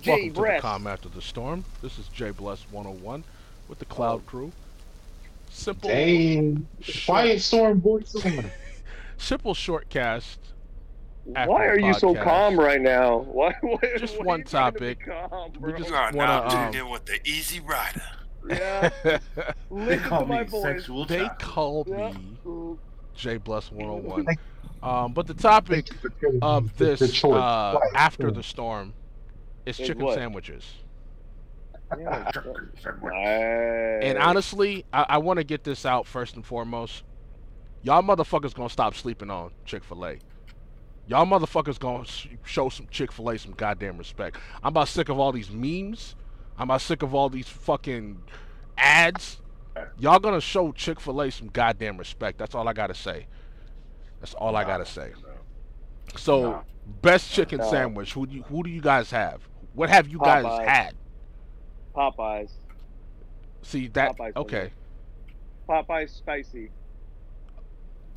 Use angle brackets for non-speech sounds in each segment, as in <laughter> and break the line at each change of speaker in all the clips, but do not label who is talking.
Jay
Welcome
Brett.
to the calm after the storm. This is Jay Bless 101 with the Cloud Crew. Simple,
Dang. Quiet storm voice.
simple shortcast. after
Why
the
are you so
podcast.
calm right now? Why? why
Just
why
one
you trying to be
topic.
Calm,
We
bro?
just
Nah,
wanna,
nah, I'm
um,
tuned in with the Easy Rider.
<laughs>
<laughs>
yeah.
They
Listen
call
to my
me
voice.
sexual
they
child.
call
Yeah.
me
Mm,
J Bless 101. Um, but the topic of Um, this
choice.
uh,
Quiet
after
storm.
the storm is
Is
chicken
what?
sandwiches.
yeah.
<laughs>
<laughs> Sure.
Nice.
And honestly, I, I want to get this out first and foremost. Y'all motherfuckers gonna stop sleeping on Chick Fil A. Y'all motherfuckers gonna sh- show some Chick Fil A some goddamn respect. I'm about sick of all these memes. I'm about sick of all these fucking ads. Y'all gonna show Chick Fil A some goddamn respect. That's all I gotta say. That's all I gotta say. So,
Nah.
best chicken
Nah.
sandwich. Who do you, who do you guys have? What have you guys
Popeyes.
had?
Popeyes.
See that?
Popeyes for me.
okay.
Popeyes spicy.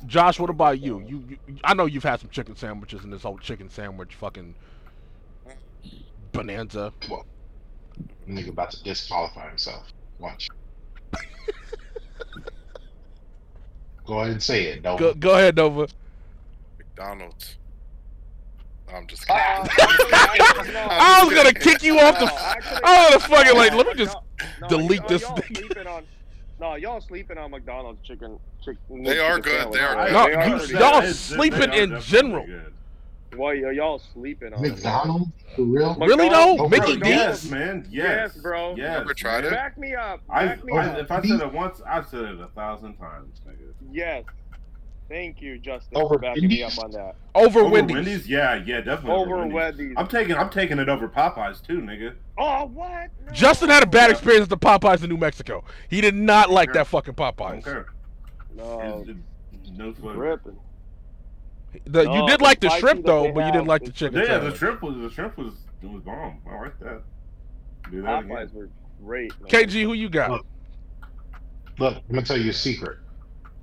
Josh, what about you? You, you? I know you've had some chicken sandwiches in this whole chicken sandwich fucking bonanza.
Nigga about to disqualify himself.
<laughs>
Watch. Go ahead and say it. Don't.
Go, go ahead, Nova.
McDonald's. I'm just
<laughs>
kidding.
Ah,
I was gonna kick you off the.
No, I couldn't-
I was gonna fucking like.
no,
Let me just.
no,
delete
y'all-
this
y'all
thing.
sleeping on- no, y'all sleeping on McDonald's chicken. chick-
They are
chicken
good,
sandwich.
they are
Alright,
No,
they are
you-
pretty
y'all
good.
sleeping in general.
Why are y'all sleeping on it, bro?
McDonald's for real?
Mc-
Really though,
McDonald's.
Mickey
McDonald's.
D.
Yes, man. Yes,
Yes, bro.
Yes,
Ever tried
man.
it?
Back me up.
I,
Back me
I-
up.
if I said it once, I've said it a thousand times, nigga.
Yes. Thank you, Justin,
Over
for backing me
Wendy's?
up on that.
Over
Over
Wendy's.
Wendy's? Yeah, yeah, definitely.
Over
Wendy's.
Wendy's.
I'm taking, I'm taking it over Popeyes too, nigga.
Oh, what? No.
Justin had a bad experience at the Popeyes in New Mexico. He did not like that fucking Popeyes.
Okay.
No,
no flavor.
ripping.
The- you
No,
did like
the
the
spicy
shrimp
that they
though, but you
have
didn't like the
is-
chicken.
Yeah, the
sandwich.
shrimp was the shrimp was it was bomb. I like that. Do that again.
Popeyes were great. man.
KG, who you got?
Look, I'm gonna tell you a secret.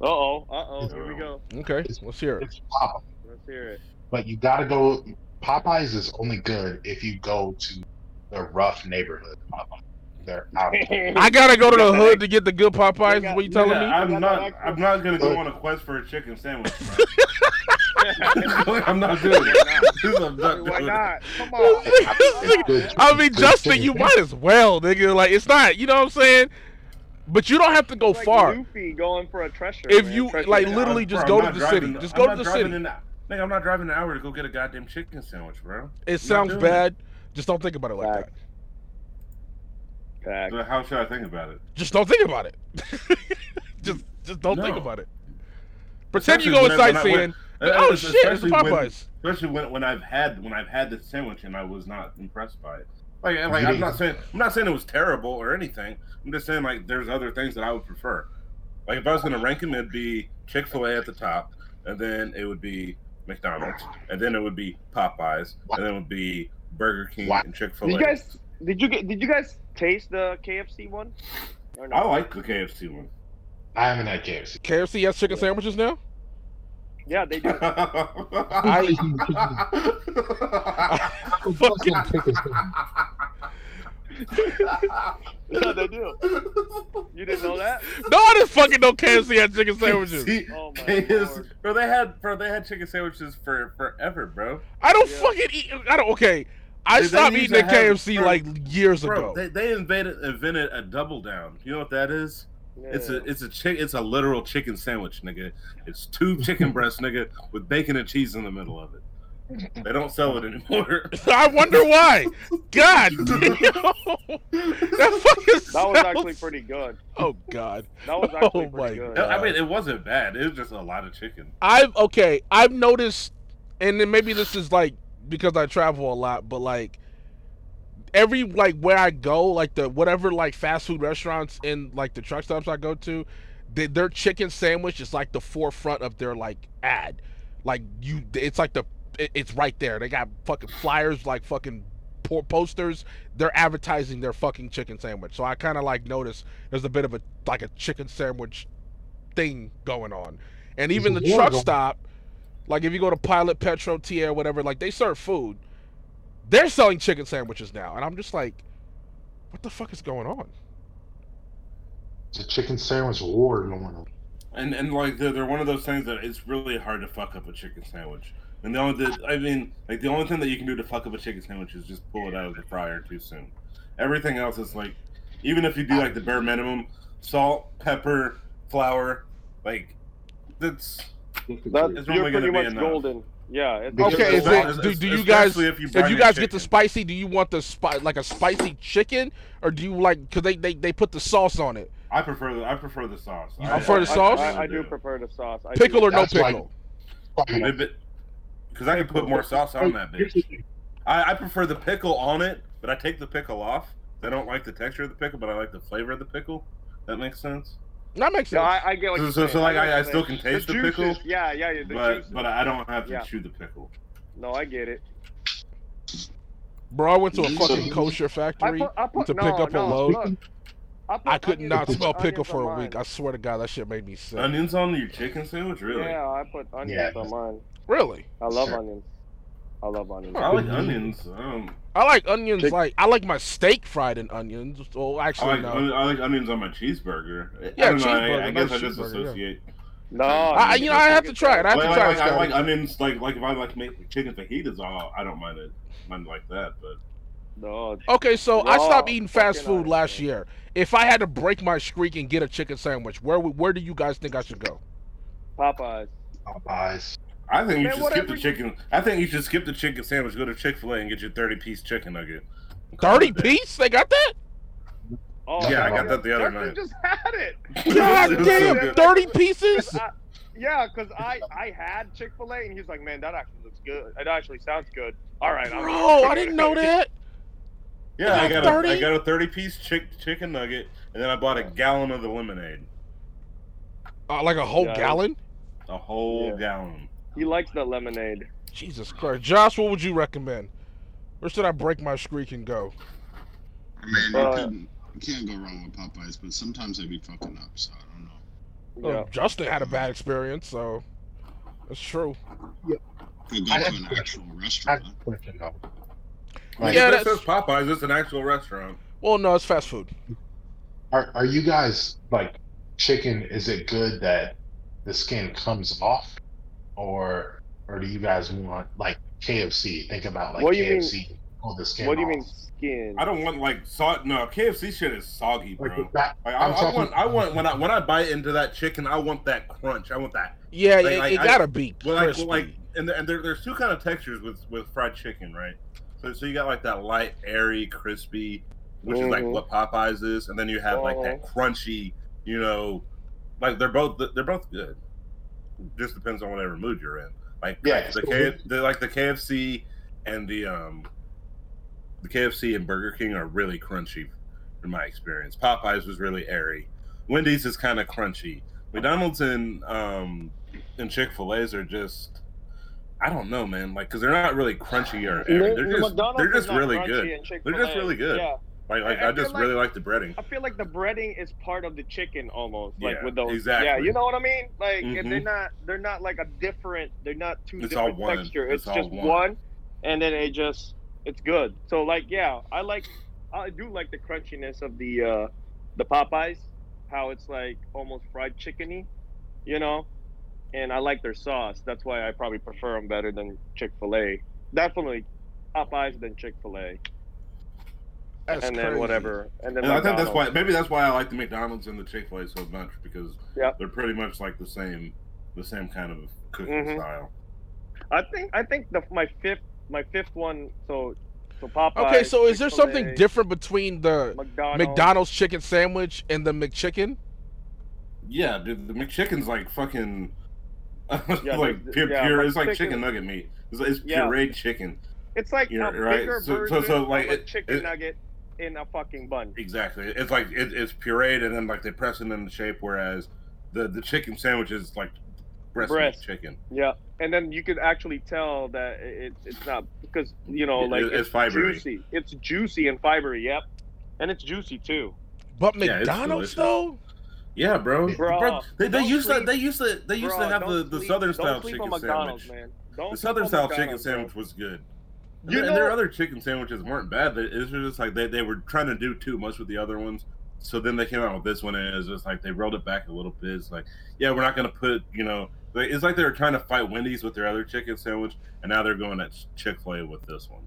Uh-oh. Uh-oh. Here we go.
Okay, let's hear it.
It's Popeye,
Let's hear it.
but you gotta go. Popeyes is only good if you go to the rough neighborhood. Popeyes. They're
<laughs>
<laughs>
out. of-
I gotta go to the hood to get the good Popeyes. Is
got-
what you telling
Yeah,
me?
I'm not. I'm not gonna go
Look.
on a quest for a chicken sandwich.
<laughs>
bro. I'm not doing it. I'm not
Why
doing it.
not?
<laughs>
Come on.
Good
I mean,
Good
Justin,
chicken.
you might as well, nigga. Like, it's not, you know what I'm saying? But you don't have to go
Like
far.
Luffy going for a treasure.
If
man.
you,
Treasure
like,
hunt.
literally just
Bro,
go
I'm
to the
not driving
city.
an-
Just
I'm
go
not
to the
driving
city.
an- Nigga, I'm not driving an hour to go get a goddamn chicken sandwich, bro.
It sounds
doing
bad. Just don't think about it like
Fact.
that.
Fact.
So how should I think about it?
Just don't think about it. <laughs> just, just don't think
No.
about it. Pretend you go
Especially when I- when I-
sightseeing.
when-
and, oh
uh,
shit, it's the
especially when-
Popeyes.
especially when, when I've had when I've had the sandwich and I was not impressed by it. Like, and, like
You
I'm
didn't-
not saying I'm not saying it was terrible or anything. I'm just saying like there's other things that I would prefer. Like if I was gonna rank them, it'd be Chick Fil A at the top, and then it would be McDonald's, and then it would be Popeyes, and then it would be Burger King
Why-
and Chick Fil
Did you
A.
guys? Did you get? Did you guys taste the KFC one? Or no?
I like the KFC one. <laughs>
I haven't had KFC.
KFC has chicken sandwiches now?
Yeah, they do.
I, <laughs>
Fucking
<laughs> <laughs> yeah, they do. You didn't know
<laughs>
that?
<laughs> No, I didn't fucking know KFC had chicken sandwiches.
See,
Oh my
KFC
lord.
bro, they had bro, they had chicken sandwiches for forever, bro.
I don't
Yeah.
fucking eat. I don't, okay. I
Dude, they
stopped
used
eating at
to have-
KFC
bro,
like years
Bro,
ago.
they, they invented invented a double down. You know what that is? It's a it's a chick it's a literal chicken sandwich, nigga. It's two chicken
<laughs>
breasts, nigga, with bacon and cheese in the middle of it. They don't sell it
<laughs>
anymore.
<laughs>
<laughs>
I wonder why. God, damn. that fucking.
<laughs> that
<laughs>
was actually pretty good.
Oh God.
That was actually
Oh my
pretty good.
God.
I mean, it wasn't bad. It was just a lot of chicken.
I've okay. I've noticed, and then maybe this is like because I travel a lot, but like every like where I go, like the whatever like fast food restaurants and like the truck stops I go to, they, their chicken sandwich is like the forefront of their like ad. Like you, it's like the it- it's right there. They got fucking flyers, like fucking po- posters. They're advertising their fucking chicken sandwich. So I kind of like notice there's a bit of a like a chicken sandwich thing going on, and
There's
even
a
the
war
truck
going-
stop, like if you go to Pilot Petro T Air whatever, like they serve food. They're selling chicken sandwiches now, and I'm just like, what the fuck is going on?
It's a chicken sandwich war going on.
And and like they're, they're one of those things that it's really hard to fuck up a chicken sandwich. And the only the, I mean, like the only thing that you can do to fuck up a chicken sandwich is just pull it out of the fryer too soon. Everything else is like, even if you do like the bare minimum, salt, pepper, flour, like that's
That's
only
you're
gonna
pretty
be
much
enough.
golden. Yeah. It's
Because
Okay, is
as long
it,
as-
do, do you
especially
guys
if you,
if
brine
you
your
guys get the
chicken.
spicy, do you want the spi- like a spicy chicken, or do you like because they, they they put the sauce on it?
I prefer the I prefer the sauce.
You prefer the sauce?
I, I, I do prefer the sauce. I
Pickle
do.
or no
That's like-
pickle?
Fucking-
because I can put more sauce on that bitch. I, I prefer the pickle on it, but I take the pickle off. I don't like the texture of the pickle, but I like the flavor of the pickle. That makes sense.
That makes
No,
sense.
I, I get what
So,
you're
so,
saying.
so like
get
I, I
what
still
you're
can
saying.
taste the,
juices,
pickle,
Yeah, yeah, yeah, the
but
juices.
but I don't have to
Yeah.
chew the pickle.
no, I get it.
Bro, I went to a
So-
fucking kosher
I
factory.
put, I put,
to
no,
pick up a
no,
load.
Look, I, put
I could
onions-
not smell
onions
pickle
on
for a
mine.
week. I swear to God, that shit made me sick.
Onions on your chicken sandwich, really?
Yeah, I put onions
Yeah.
on mine.
Really?
I love
Sure.
onions. I love onions.
I like onions. Um,
I like onions.
Chick-
like I like my steak fried in onions. Well,
I
actually,
like
no.
on- I like onions on my cheeseburger.
Yeah,
I don't know, I, I
cheeseburger,
guess
nice
I just
cheeseburger, yeah.
associate.
No,
I-
I, you know, I have to try it. I have
Well,
to
like,
try
like,
it.
I
Scott.
like onions, like like if I like make chicken fajitas, I'll, I don't mind it, mind like that. But
No,
Okay, so I
Raw
stopped eating fast
fucking
food
onions,
last
man.
year. If I had to break my streak and get a chicken sandwich, where would- where do you guys think I should go?
Popeyes.
Popeyes.
I think
Man,
you should skip
whatever
the
you-
chicken. I think you should skip the chicken sandwich. Go to Chick Fil A and get your thirty piece chicken nugget. Call it
Thirty
a day.
piece? They got
<laughs>
that?
Oh,
Yeah, I
no,
got that the other
Justin
night.
just had it.
God
It was so
damn,
good.
thirty pieces?
'Cause I- yeah, because I, I had Chick fil A, and he's like, man, that actually looks good. It actually sounds good. All right. I'm
Bro, I didn't know that.
<laughs> Yeah, I
You got
got, a,
30?
I got a thirty piece chick, chicken nugget, and then I bought a gallon of the lemonade,
Uh, like a whole
Yeah.
gallon?
a whole
Yeah.
gallon.
He likes the lemonade.
Jesus Christ, Josh, what would you recommend? Where should I break my streak and go?
I mean, you,
Uh,
couldn't, you can't go wrong with Popeyes, but sometimes they be fucking up, so I don't know.
Yeah.
Oh, Justin had a bad experience, so that's true.
I
Could go
have
to an
a question.
actual
I
restaurant.
have a question though.
Like,
Yeah,
yeah, that
that's-
says Popeyes. It's an actual restaurant.
Well, no, it's fast food.
Are are you guys like chicken? Is it good that the skin comes off, or or do you guys want like KFC? Think about like
What do you mean-
KFC. Pull the skin
What do you
off.
mean skin?
I don't want like salt. No, KFC shit is soggy, bro.
Like it's not-
Like, I,
I'm
I
talking-
want, I want when I when I bite into that chicken, I want that crunch. I want that.
Yeah,
Like,
it,
like,
it
I-
gotta be
Well, like, well,
crispy.
like and, there, and there, there's two kind of textures with with fried chicken, right? So, so you got like that light, airy, crispy, which is like
Mhm.
what Popeyes is, and then you have like that crunchy, you know, like they're both they're both good. Just depends on whatever mood you're in. Like
Yeah,
like the, K, the like the KFC and the um the KFC and Burger King are really crunchy, in my experience. Popeyes was really airy. Wendy's is kind of crunchy. McDonald's and um and Chick Fil A's are just I don't know, man. Like, cause they're not really crunchy or airy. They're just
McDonald's
they're
is
just
not
really
crunchy
good.
and Chick-fil-A.
They're just really good.
Yeah.
Like, like
I- I
I just
feel
really like the breading.
I feel like the breading is part of the chicken almost, like
Yeah,
with those.
exactly.
Yeah, you know what I mean. Like, and they're
Mhm.
not, they're not like a different. They're not two
It's all
different
one.
texture. It's,
It's all
just
one.
one, and then it just, it's good. So like, yeah, I like, I do like the crunchiness of the, uh the Popeyes, how it's like almost fried chickeny, you know, and I like their sauce. That's why I probably prefer them better than Chick Fil A. Definitely, Popeyes than Chick Fil A,
That's
and then
crazy.
whatever, and then
And I think that's
McDonald's.
why maybe that's why I like the McDonald's and the Chick Fil A so much because
Yeah.
they're pretty much like the same the same kind of cooking
Mhm.
style.
I think I think the my fifth my fifth one. So so Popeye.
Okay, so is there something different between the
McDonald's.
McDonald's chicken sandwich and the McChicken?
Yeah, dude, the McChicken's like fucking <laughs>
Yeah,
like
the-
pure,
yeah,
pure it's like
McChicken-
chicken nugget meat. It's, it's
Yeah.
pureed chicken.
It's like
You're
a
right.
bigger
So- so-
version
so, like,
of a
it-
chicken
it-
nugget in a fucking bun.
Exactly. It's like it, it's pureed and then like they press it into shape, whereas the the chicken sandwich is like breast, meat
Breast.
chicken.
Yeah, and then you could actually tell that it, it's not because you know
It-
Oh, like
it's fibery.
juicy. It's juicy and fibery. Yep, and it's juicy too.
But
Yeah, it's
McDonald's
delicious.
though,
Yeah, bro.
Bro,
they, they
don't
used to
sleep-
they used to they used
Bro,
to have
don't
the, the
sleep-
southern
don't
style
sleep
chicken
on McDonald's,
sandwich.
Man. Don't
The
sleep
southern
on
style chicken
McDonald's, bro.
sandwich was good. You and their other chicken sandwiches weren't bad. They- It was just like they, they were trying to do too much with the other ones. So then they came out with this one, and it was just like they rolled it back a little bit. It's like, yeah, we're not going to put, you know, like, it's like they were trying to fight Wendy's with their other chicken sandwich, and now they're going at Chick fil A with this one.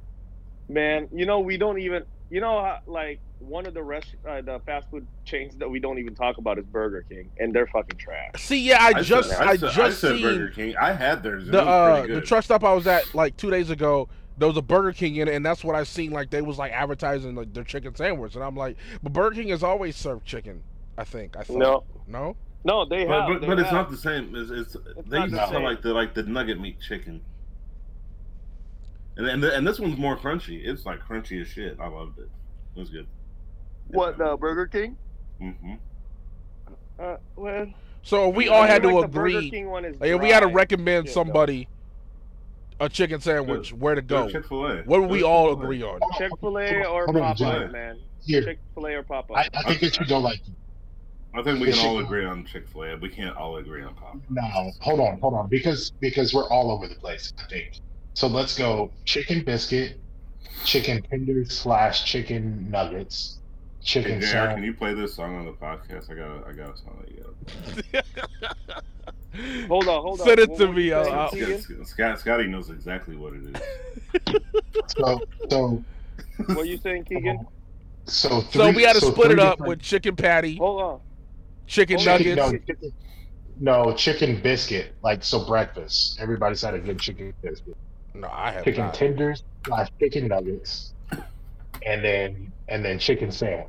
man. You know, we don't even. You know, how, like one of the rest, uh, the fast food chains that we don't even talk about is Burger King, and they're fucking trash.
See, yeah, I,
said-
just, I,
said-
just
said
seen
Burger King. I had theirs.
the uh,
pretty
the
good.
truck stop I was at like two days ago. There was a Burger King in it, and that's what I seen. Like they was like advertising like their chicken sandwich, and I'm like, but Burger King has always served chicken. I think. I thought.
No,
No.
no, they have.
but, but,
they
but it's
have.
not the same. It's, it's, they
not
used
the
to sell
same.
like the like the nugget meat chicken, and and, the, and this one's more crunchy. It's like crunchy as shit. I loved it. It was good.
what uh, Burger King.
hmm
Uh, well,
So if we
I
all
mean,
had to
like the Burger
agree.
King one is
Like, if we had to
dry.
recommend
Yeah, no.
somebody a chicken sandwich, where to go,
Chick Fil A.
what would we all agree
<laughs>
on?
Chick Fil A or
Hold on,
Popeyes,
Jay.
man.
Here,
Chick Fil A or Popeyes.
I, I think it should go like
I think we can all
Chick-
agree on Chick Fil A. We can't all agree on Pop.
No, hold on, hold on, because because we're all over the place. I think so. Let's go chicken biscuit, chicken tenders slash chicken nuggets,
Hey,
chicken
JR, can
sandwich.
you play this song on the podcast? I got I got a song that you got.
Hold on, hold on.
Send it
What
to
were you
me, uh,
saying,
Oh.
uh,
Tegan?
Scott, Scotty knows exactly what it is.
So so
What are you saying, Keegan?
<laughs>
so three,
So we had to split
three
it up
different- <laughs>
with chicken patty,
Hold on.
chicken
hold on.
nuggets.
chicken, no, chicken- no chicken biscuit. Like so breakfast. Everybody's had a good chicken biscuit,
No, I have
chicken
not.
tenders slash chicken nuggets, and then and then chicken sandwich.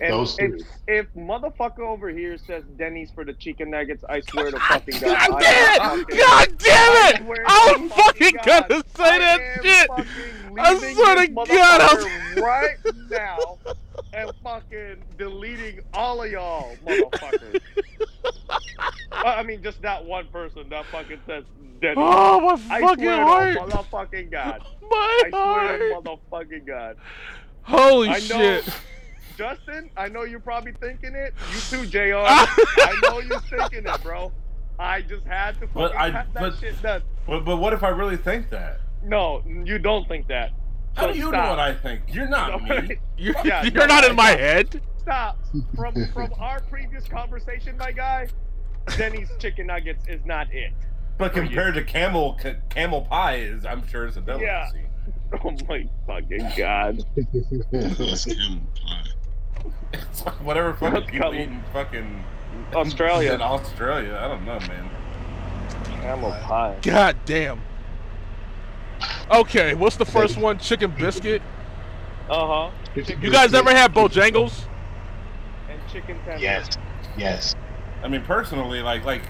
And
Those
if,
three.
if motherfucker over here says Denny's for the chicken nuggets, I
<laughs>
swear to fucking God.
God
I
damn
am
it!
fucking-
God
I
damn it! I was fucking gonna
swear to Oh God, I
say that
am
shit.
fucking
I
leaving
swear
this
to God, I was-
motherfucker right now and fucking deleting all of y'all, motherfuckers. Uh, I I mean, just that one person that fucking says Denny's.
Oh my
I
fucking
swear
heart!
to
<laughs>
motherfucking God.
My
I swear to
heart!
motherfucking God.
Holy
I know.
shit!
Justin, I know you're probably thinking it. You too,
<laughs>
JR. I know you're thinking it, bro. I just had to
But
fucking
I-
have that
but-
shit done.
<laughs> But but what if I really think that?
No, you don't think that.
How
So
do you know
stop.
what I think? You're
<laughs>
not me.
You're,
Yeah,
you're
no,
not
I
in my
know.
head.
Stop. From from our previous conversation, my guy, Denny's chicken nuggets is not it. <laughs>
But compared to camel c- camel pie is, I'm sure it's a delicacy.
Yeah. Oh my fucking god.
<laughs>
It's camel pie.
<laughs> It's like whatever fucking
That's
people
camel.
eat in fucking in
Australia.
Australia, I don't know, man.
Camel pie.
God damn. Okay, what's the first one? Chicken biscuit.
Uh huh.
<laughs>
You guys ever had Bojangles?
And chicken tenders.
Yes, yes.
I mean, personally, like like,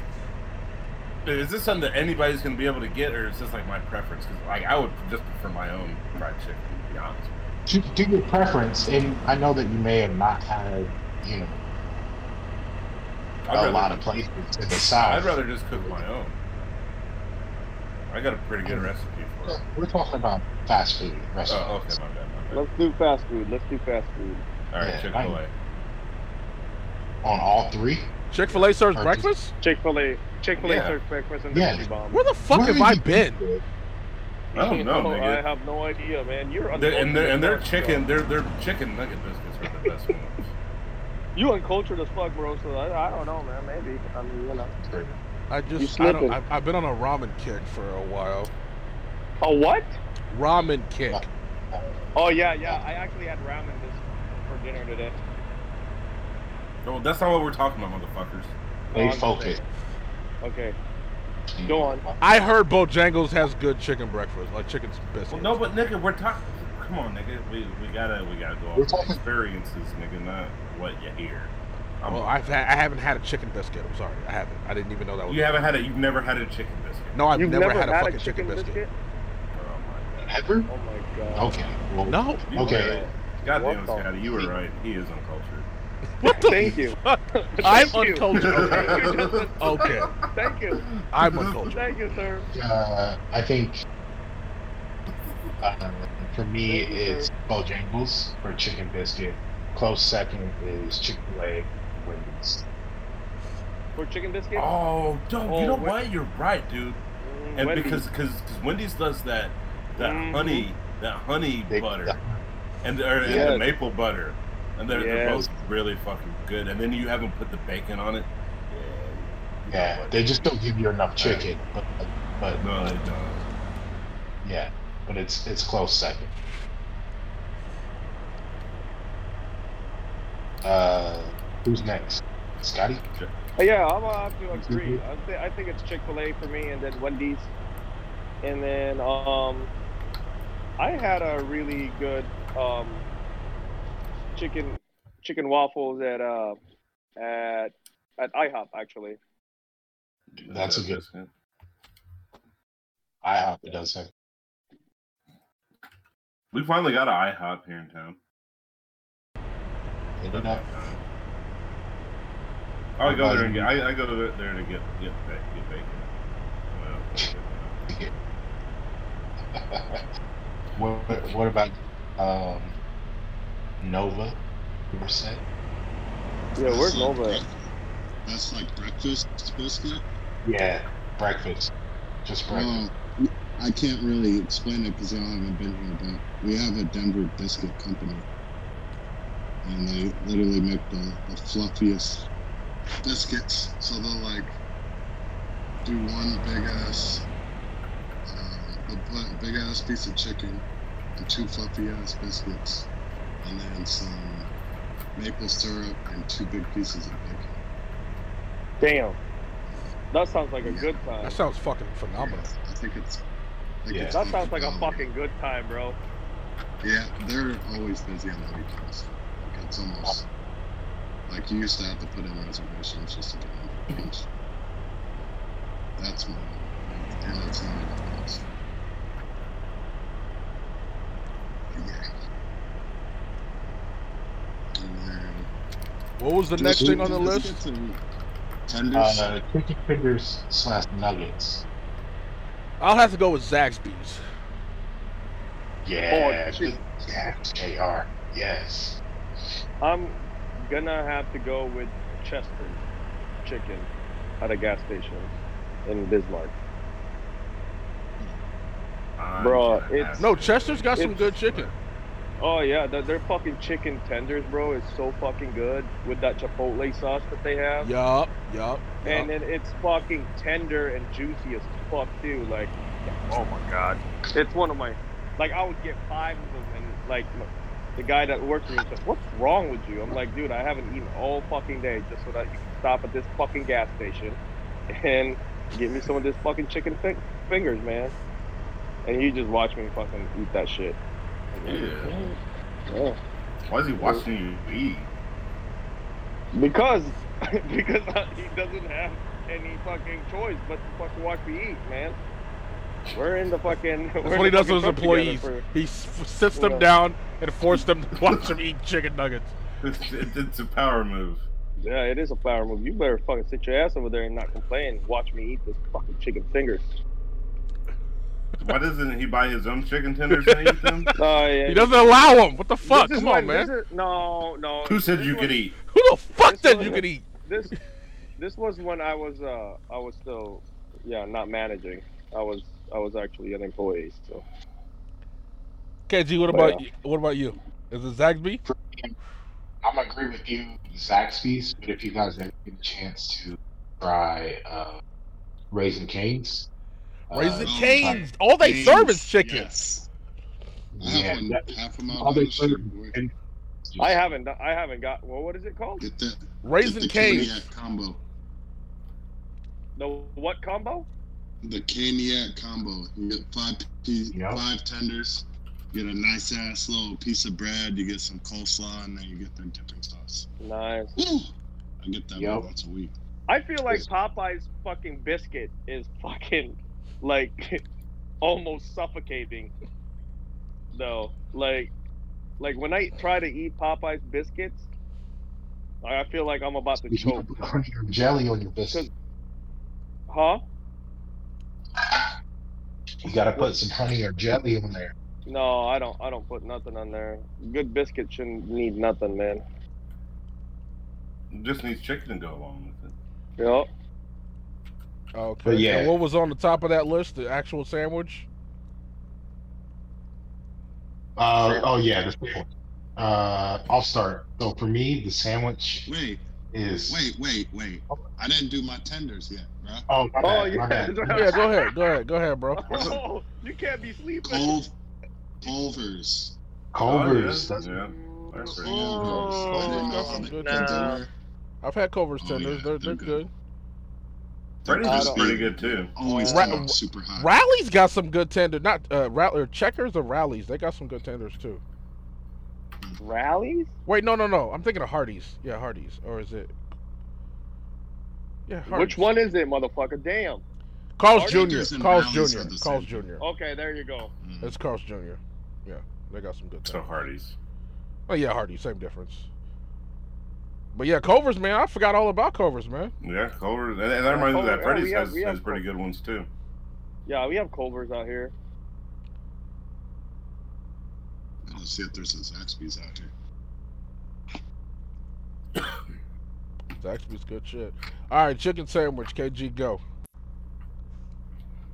is this something that anybody's gonna be able to get, or is this like my preference? Because like I would just prefer my own fried chicken, to be honest.
do, do your preference, and I know that you may have not had, you know,
I'd
a lot of places in the south.
I'd rather just cook my own. I got a pretty good recipe for it.
We're talking about fast food
Oh,
restaurants.
okay, my bad, my bad. All
Let's do fast food. Let's do fast food.
right,
Yeah,
Chick Fil A. Oh,
On all three,
Chick Fil A serves
Or just-
breakfast.
Chick fil A. Chick fil A
Yeah.
serves breakfast and
Yeah.
the bomb.
Where the fuck
Where
have
did
I
you-
been?
I
<laughs>
don't know,
I
nigga.
have no idea, man. You're
They're, and their and their
uncultured as
chicken, their their chicken nugget biscuits are the best ones.
fuck. You uncultured as fuck, bro. So I, I don't know, man. Maybe. I mean, you know.
I
You
just I
slipping.
don't, I've, I've been on a ramen kick for a while.
A what?
Ramen
Uh,
kick.
Oh yeah, yeah. I actually had ramen this for dinner today.
No, that's not what we're talking about, motherfuckers.
they
I'm
focus.
Okay. Go on.
I heard Bojangles has good chicken breakfast, like chicken biscuits.
Well, no, but nigga, we're talking. Come on, nigga. We we gotta we gotta go
We're
off
talking-
the experiences, nigga, not what you hear. I'm,
Well, I've had, I haven't had a chicken biscuit. I'm sorry, I haven't. I didn't even know that was.
you haven't had it. You've never had a chicken biscuit.
No, I've
You've
never, had, a fucking chicken, biscuit.
Oh my god.
Ever?
Oh my god.
Okay. Well,
No.
You
Okay.
<laughs> right. Goddamn,
What the-
Scotty, you were right. He is uncultured.
What the?
Thank
<laughs>
you.
I'm
Thank you.
uncultured.
Thank you, Justin.
Okay,
Thank you.
I'm uncultured.
Thank you, sir.
Uh, I think uh, for me it's Bojangles for chicken biscuit. Close second is Chick Fil A, Wendy's.
For chicken biscuit.
Oh, don't.
Oh,
you know
Wen-
what? You're right, dude.
Mm,
And
Wendy's.
because because because Wendy's does that. that
Mhm.
honey, that honey
They-
butter, and, or, and
Yes.
the maple butter, and they're, they're
Yes.
both really fucking good. And then you have them put the bacon on it.
Yeah, they just don't give you enough chicken, but but
No, they don't.
yeah, but it's it's close second. Uh, who's next? Scotty.
Uh, Yeah, I'm gonna have to agree. I, th- I think it's Chick Fil A for me, and then Wendy's, and then um, I had a really good um, chicken chicken waffles at uh at at IHOP actually.
That's a good- I hope it does have.
We finally got an IHOP here in town.
Maybe not.
I go there and get. I, I go to there to get get ba- get bacon. Well,
what what about um Nova? You were saying?
Yeah,
That's
where's
like
Nova?
break- That's like breakfast biscuit.
Yeah, breakfast. Just breakfast.
Well, Uh, I can't really explain it because y'all haven't been here, but we have a Denver biscuit company, and they literally make the, the fluffiest biscuits. So they'll like do one big ass, uh, a bu- big ass piece of chicken, and two fluffy ass biscuits, and then some maple syrup and two big pieces of bacon.
Damn, that sounds like a good time.
That sounds fucking phenomenal.
I think it's. I think
Yeah.
it's
That sounds like a
phenomenal.
fucking good time, bro.
Yeah, they're always busy on the weekends. Like it's almost like you used to have to put in reservations just to get on the beach. That's my and it's not even close. But Yeah. And then-
What was the next thing on the
Just-
list?
Tenders.
Uh, chicken fingers slash nuggets.
I'll have to go with Zaxby's.
Yeah,
Oh, shit.
yeah, JR. Yes.
I'm gonna have to go with Chester Chicken at a gas station in Bismarck.
I'm
Bro,
gonna
it's-
have
No,
to-
Chester's got some
It's-
good chicken.
Oh yeah, their, their fucking chicken tenders, bro, is so fucking good with that chipotle sauce that they have,
Yup, yup.
and then it's fucking tender and juicy as fuck too. Like, oh my god, it's one of my, like I would get five of them, and like m- the guy that works with me says, "What's wrong with you?" I'm like, dude, I haven't eaten all fucking day just so that you can stop at this fucking gas station and get me some of this fucking chicken fi- fingers, man. And you just watch me fucking eat that shit.
Yeah.
Yeah.
Why is he watching you eat? <laughs>
Because <laughs> because he doesn't have any fucking choice but to fucking watch me eat, man. We're in the fucking. That's
That's what he does with his employees. He s- sits them
Yeah.
down and forces them to <laughs> watch them eat chicken nuggets.
It's, it- it's a power move.
yeah, it is a power move. You better fucking sit your ass over there and not complain. Watch me eat this fucking chicken fingers.
Why doesn't he buy his own chicken tenders and eat them?
Oh yeah.
He doesn't allow them. What the
this
fuck?
is
Come
what-
on, man.
this is- no, no.
Who said
this
you
was-
could eat?
Who the fuck
this
said
one-
you could eat?
This this was when I was uh I was still yeah not managing. I was I was actually an employee. So
KG, what
Well.
about you? What about you? Is it Zaxby?
I'm agree with you, Zaxby's, but if you guys ever get a chance to try uh, Raisin Canes. uh,
Raisin
no,
Canes. All they serve is chicken.
Yes. I have
Yeah,
one
that-
half a mile
all they
down the street,
serve
boy.
and
I haven't I haven't got well what is it called?
Get that. get
Raisin
the
Canes.
Caniac combo.
The what combo?
The caniac combo. You get five piece,
Yeah.
five tenders. You get a nice ass little piece of bread. You get some coleslaw, and then you get their dipping sauce.
Nice.
Woo! I get that
Yep.
once a week.
I feel like Popeye's fucking biscuit is fucking like <laughs> almost suffocating. Though, like, like when I try to eat Popeye's biscuits, I I feel like I'm about to
you can
choke.
put honey or jelly on your biscuit.
Huh?
You gotta put some honey or jelly on there.
No, I don't. I don't put nothing on there. Good biscuit shouldn't need nothing, man.
Just needs chicken to go along with it.
Yep.
Okay.
But yeah.
And what was on the top of that list? The actual sandwich.
Uh, oh yeah, the sandwich. Uh, I'll start. So for me, the sandwich
Wait,
is.
wait, wait, wait. I didn't do my tenders yet, bro.
Oh, my
Oh,
bad, my
yeah.
bad.
Yeah, go ahead, go ahead, go ahead, bro.
<laughs> Oh, you can't be sleeping.
Cold Culvers.
Culver's.
Oh,
that's-
yeah. That's
Culvers.
right.
I didn't know how
Good
the
times.
tender.
I've had Culver's
Oh,
tenders;
yeah,
they're,
they're
they're good.
Freddy's is
I
pretty
don't-
good too.
Always
Ra-
come out super hot.
Rally's got some good tender. Not uh, Rally or Checkers or Rallies. They got some good tenders too.
Rallies?
Wait, no, no, no. I'm thinking of Hardee's. Yeah, Hardee's, or is it? Yeah, Hardee's.
Which one is it, motherfucker? Damn.
Carl's
Hardee's
Jr.
and
Carl's
Rally's
Jr.
are the
Carl's
same.
Jr.
Okay, there you go.
Mm.
It's Carl's Jr. Yeah, they got some good.
So
tenders.
Hardy's.
Oh yeah, Hardy, same difference. But yeah, Culver's man, I forgot all about Culver's man.
Yeah, Culver's. And and that reminds me
Culver-
that
oh,
Freddy's
we have-
has,
we have
has pretty good ones too.
Yeah, we have Culvers out here.
I don't see if there's a Zaxby's out here.
Zaxby's good shit. All right, chicken sandwich, KG go.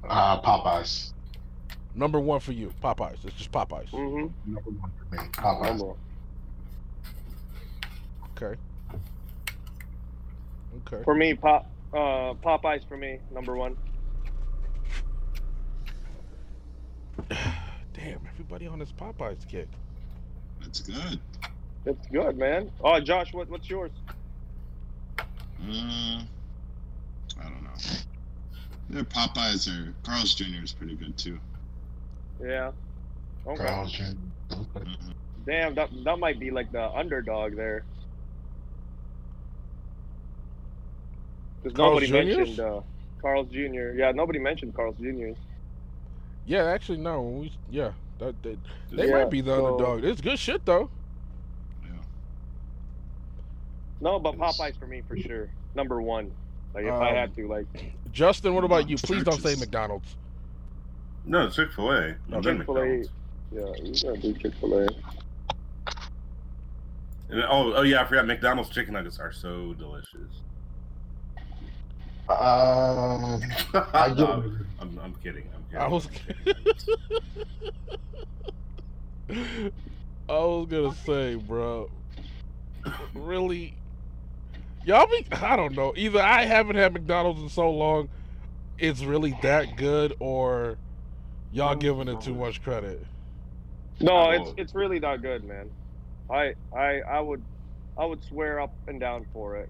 Uh, Popeyes.
Number one for you, Popeyes. It's just Popeyes.
Mm-hmm.
Number one for me. Popeyes.
Okay. Okay.
For me, pop, uh, Popeyes for me, number one.
Damn, everybody on this Popeyes kick.
That's good.
That's good, man. Oh, Josh, what, what's yours?
Uh, I don't know. Their Popeyes are Carl's Jr. is pretty good too.
Yeah. Okay.
Carl's Jr.
Mhm.
Damn, that, that might be like the underdog there. Because
Carl's
nobody
Jr.'s?
mentioned uh, Carl's Jr. Yeah, nobody mentioned Carl's Jr.
Yeah, actually no. when We, yeah, that, that- they
Yeah,
might be the
so-
underdog. It's good shit though.
Yeah.
No, but
Yes.
Popeyes for me for sure, number one. Like if I
Um,
had to, like
Justin, what about you? Please don't say
Churches.
McDonald's.
No, Chick Fil A. No, then
Chick Fil A.
McDonald's.
Yeah, you
Mm-hmm.
gotta do Chick Fil A.
And, oh, oh yeah, I forgot. McDonald's chicken nuggets are so delicious.
Uh,
<laughs>
I give
No,
them
I'm, I'm kidding. I'm kidding.
I was. <laughs> I was gonna say, bro. Really, y'all be. I don't know. Either I haven't had McDonald's in so long, it's really that good, or y'all giving it too much credit.
No,
Oh.
it's it's really not good, man. I I I would I would swear up and down for it.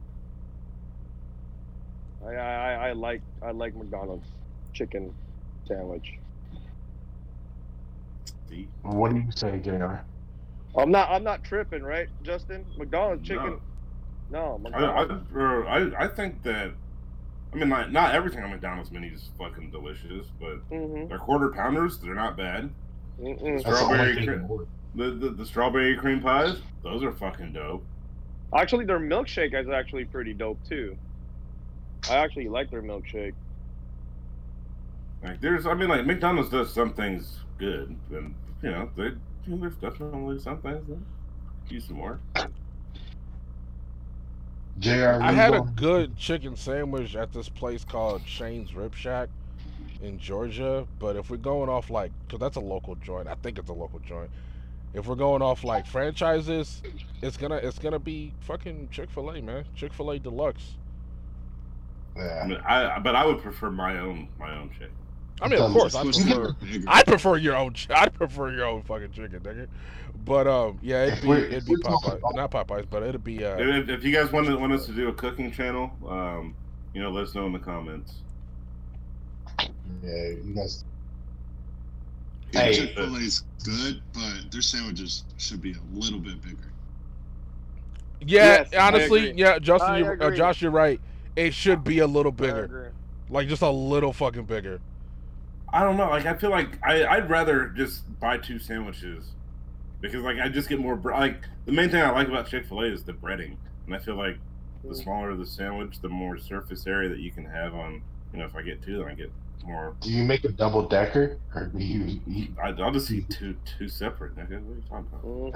I I, I- I like I like McDonald's chicken sandwich.
See?
What do you say, JR?
I'm not I'm not tripping, right, Justin? McDonald's chicken. No,
I, I,
McDonald's.
uh, I, I think that. I mean, not, not everything on McDonald's menu is fucking delicious, but
Mm-hmm.
their quarter pounders, they're not bad.
Mm-mm.
That's the only
Strawberry
thing
cream.
that works.
The, the, the strawberry cream pies, those are fucking dope.
Actually, their milkshake is actually pretty dope too. I actually like their milkshake.
Like there's, I mean, like McDonald's does some things good, and you know, they you know, there's definitely some things that do some more.
JR,
I had a good chicken sandwich at this place called Shane's Rib Shack in Georgia. But if we're going off like, cause that's a local joint. I think it's a local joint. If we're going off like franchises, it's gonna it's gonna be fucking Chick Fil A, man. Chick Fil A Deluxe.
I,
yeah.
mean, I but I would prefer my own my own shit.
I mean, of
Because
course, I
Supposed to
prefer
be bigger.
I prefer your own. ch- I prefer your own fucking chicken, nigga. But um, yeah, it'd be
We're-
it'd be
we're talking
Popeyes, not Popeyes, but it'd be uh,
If, if you guys want to, want us to do a cooking channel, um, you know, let us know in the comments.
yeah, you guys.
Yeah,
Hey.
Chick Fil A's good, but their sandwiches should be a little bit bigger.
yeah.
Yes, I
honestly,
agree.
yeah, Justin,
I
you're, uh,
agree.
Josh, you're right. It should be a little
I
bigger,
agree.
like just a little fucking bigger.
I don't know. Like I feel like I I'd rather just buy two sandwiches because like I just get more bre- like the main thing I like about Chick Fil A is the breading, and I feel like the smaller the sandwich, the more surface area that you can have on. You know, if I get two, then I get more.
Do you make a double decker or do you eat?
I, I'll just eat two two separate. Nigga, what are you talking about?
Mhm.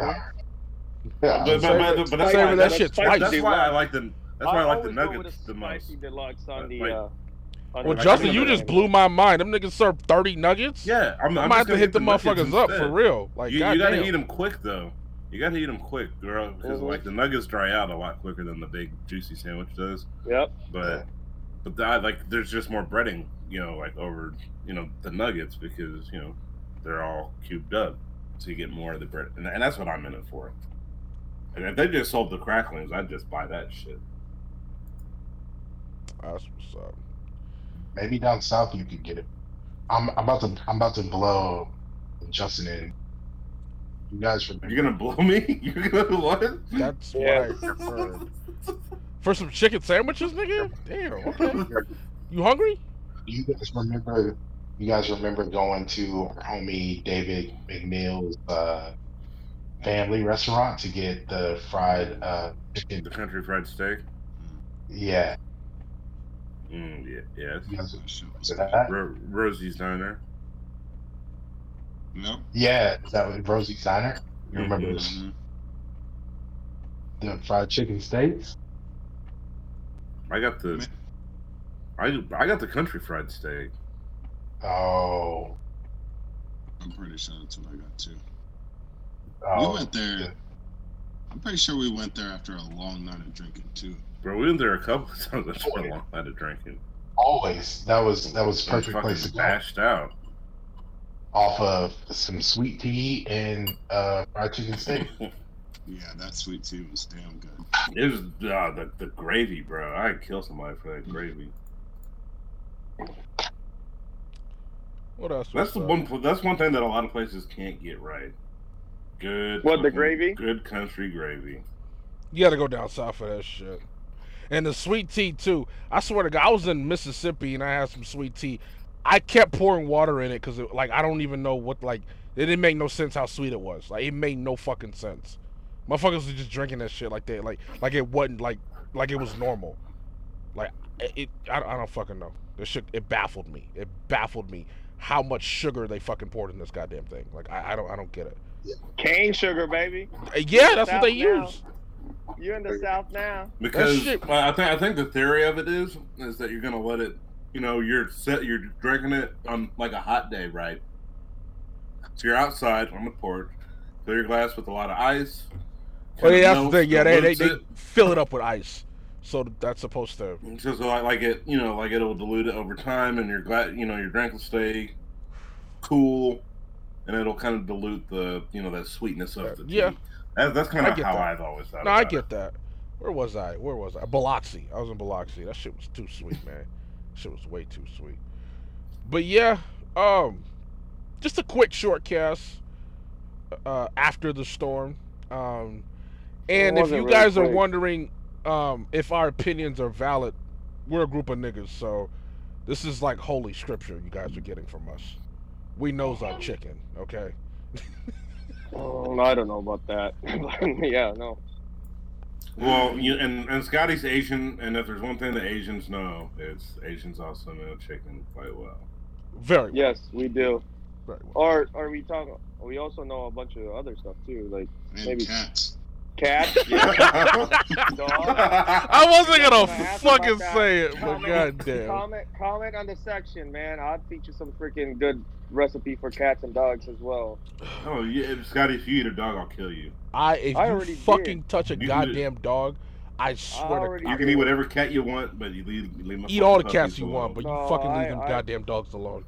Yeah,
But, but, but, but that's,
Savor
why,
that
that's,
shit
that's
twice.
why I like them. That's why I, like the
always go with
nuggets
a
the
spicy
most.
Deluxe
Uh,
on the
like-
uh,
Well, Justin,
I
you
remember
just
that.
blew my mind. Them niggas served thirty nuggets.
Yeah, I'm,
I
I'm
might
just
have to
gonna
hit the
nuggets
motherfuckers up for
instead.
real. Like,
you, you
goddamn.
gotta eat them quick though. You gotta eat them quick, girl, because
Mhm.
like the nuggets dry out a lot quicker than the big juicy sandwich does.
Yep.
But but that like there's just more breading, you know, like over you know the nuggets because you know they're all cubed up, so you get more of the bread, and, and that's what I'm in it for. And if they just sold the cracklings, I'd just buy that shit.
That's what's up.
Maybe down south you could get it. I'm, I'm about to I'm about to blow Justin in. You guys remember?
You're gonna <laughs> blow me? You're gonna <laughs> what?
That's
Yeah.
what I heard. For some chicken sandwiches, nigga. Damn. Okay.
<laughs>
You hungry?
Do you guys remember? You guys remember going to our homie David McNeil's uh, family restaurant to get the fried uh, chicken?
The country fried steak?
Yeah,
Mm, yeah,
you
yes.
guys
Shit was-
remember that?
Ro- Rosie's diner.
Yep.
Yeah, is that what Rosie's Diner? You remember
Mhm.
Mhm.
the fried chicken steaks?
I got the.
Man.
I, I got the country fried steak.
Oh,
I'm pretty sure that's what I got too.
oh,
we went there.
yeah.
I'm pretty sure we went there after a long night of drinking too.
Bro, we went there a couple <laughs> of times. I
Oh,
spent a long night of drinking.
always. That was that was
I was
perfect place to
fucking
go.
bashed out.
Off of some sweet tea and uh, fried chicken steak.
<laughs>
Yeah, that sweet tea was damn good.
It was uh, the, the gravy, bro. I'd kill somebody for that gravy.
What else?
That's the
What's up?
one. pl- That's one thing that a lot of places can't get right. Good.
What, the
fucking-
gravy?
Good country gravy.
You gotta go down south for that shit. And the sweet tea too. I swear to God, I was in Mississippi and I had some sweet tea. I kept pouring water in it because like I don't even know what like it didn't make no sense how sweet it was. Like it made no fucking sense. Motherfuckers were just drinking that shit like they like like it wasn't like like it was normal. Like it, it I, don't- I don't fucking know. This shit it baffled me. It baffled me how much sugar they fucking poured in this goddamn thing. Like I, I don't I don't get it.
Cane sugar, baby.
Uh, Yeah, that's what
South
they
now.
use.
You in the south now?
Because
shit-
well, I think I think the theory of it is is that you're gonna let it. You know, you're set. You're drinking it on like a hot day, right? So you're outside on the porch. Fill your glass with a lot of ice.
Oh
Kinda
yeah, that's the
melts,
thing. Yeah, they, they,
dilutes
they
it.
fill it up with ice, so that's supposed to.
So, so like, like it, you know, like it'll dilute it over time, and your glad, you know, your drink will stay cool, and it'll kind of dilute the, you know, that sweetness of the tea.
Yeah.
That, that's kind
I
of
get
how
that.
I've always thought.
No, I
about
get that. Where was I? Where was I? Biloxi. I was in Biloxi. That shit was too sweet, man. shit was way too sweet. But yeah, um, just a quick short cast uh, after the storm. Um, and if
wasn't
you
really
guys are
quick.
wondering um, if our opinions are valid, we're a group of niggas, so this is like holy scripture you guys are getting from us. We knows our chicken, okay?
Oh, no, I don't know about that. <laughs> yeah, no.
it. Well, you, and and Scotty's Asian, and if there's one thing that Asians know, it's Asians also know chicken quite well. <laughs>
Very well.
Yes, we do.
Very well.
Or are we talking? We also know a bunch of other stuff too, like
And
Maybe.
cats.
<laughs> cats, dogs. <laughs>
I wasn't
gonna
gonna
ask about
fucking
that.
say it, but
Comment-
goddamn.
Comment, comment on the section, man. I'll teach you some freaking good recipe for cats and dogs as well.
oh yeah, if- Scotty, if you eat a dog, I'll kill you.
I if
I
you
already
fucking touch a
You did.
goddamn dog, I swear to
already
You
God,
can eat whatever cat you want, but you leave, leave my
eat all the
fucking
cats
puppies
you
alone.
want, but
No,
you fucking leave
I-
them
I-
goddamn dogs alone.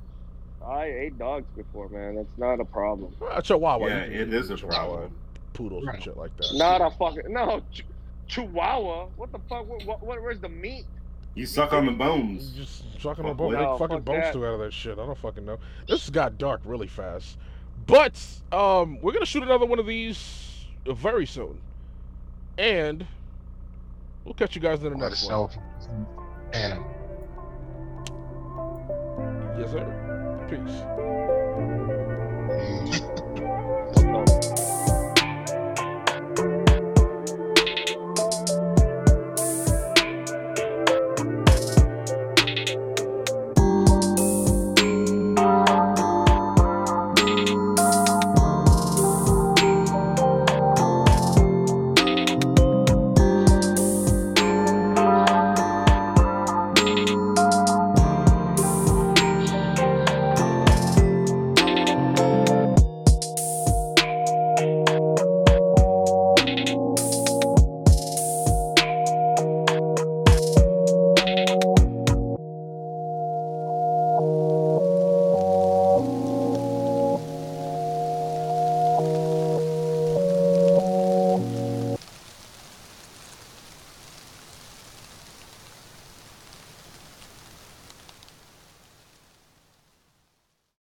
I ate dogs before, man. That's not a problem.
A Uh, Chihuahua,
yeah,
you can
it
eat
is a
Chihuahua,
problem.
Poodles and
Right.
shit like that.
Not a fucking no. Ch- Chihuahua? What the fuck? What, what, where's the meat?
You suck on the
You
bones.
Just sucking on
Fuck
bones.
with
Make
it. No,
fucking
fuck
bones
that.
too out of that shit. I don't fucking know. This got dark really fast, but um, we're gonna shoot another one of these very soon, and we'll catch you guys in the
Let
next
us
one.
know. And
Yes, sir. Peace.
Peace.